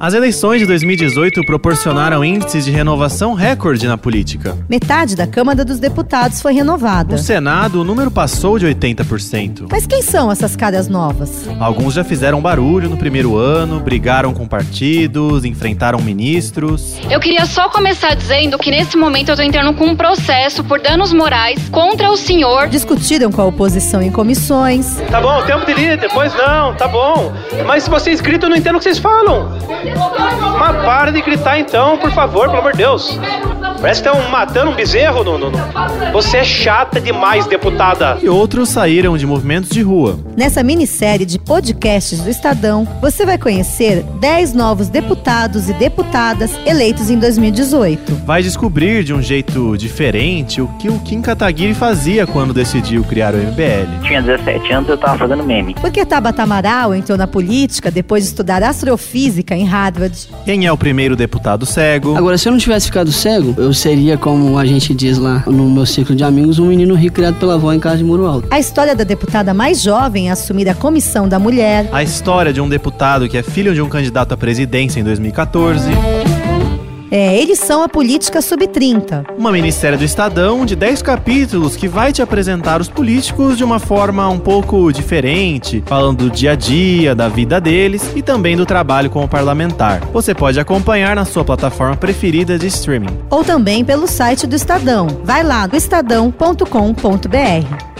As eleições de 2018 proporcionaram índices de renovação recorde na política. Metade da Câmara dos Deputados foi renovada. No Senado, o número passou de 80%. Mas quem são essas caras novas? Alguns já fizeram barulho no primeiro ano, brigaram com partidos, enfrentaram ministros. Eu queria só começar dizendo que nesse momento eu tô entrando com um processo por danos morais contra o senhor. Discutiram com a oposição em comissões. Tá bom, tempo de líder, pois não, tá bom. Mas se você é inscrito, eu não entendo o que vocês falam. Mas para de gritar então, por favor, pelo amor de Deus. Parece que estão matando um bezerro, Nuno. Você é chata demais, deputada. E outros saíram de movimentos de rua. Nessa minissérie de podcasts do Estadão, você vai conhecer 10 novos deputados e deputadas eleitos em 2018. Vai descobrir de um jeito diferente o que o Kim Kataguiri fazia quando decidiu criar o MBL. Tinha 17 anos, eu tava fazendo meme. Por que Tabata Amaral entrou na política depois de estudar astrofísica em Harvard? Quem é o primeiro deputado cego? Agora, se eu não tivesse ficado cego, eu seria, como a gente diz lá no meu ciclo de amigos, um menino rico criado pela avó em casa de muro alto. A história da deputada mais jovem a assumir a comissão da mulher. A história de um deputado que é filho de um candidato à presidência em 2014. É, eles são a política sub-30. Uma minissérie do Estadão de 10 capítulos que vai te apresentar os políticos de uma forma um pouco diferente, falando do dia a dia, da vida deles e também do trabalho como parlamentar. Você pode acompanhar na sua plataforma preferida de streaming. Ou também pelo site do Estadão. Vai lá no estadão.com.br.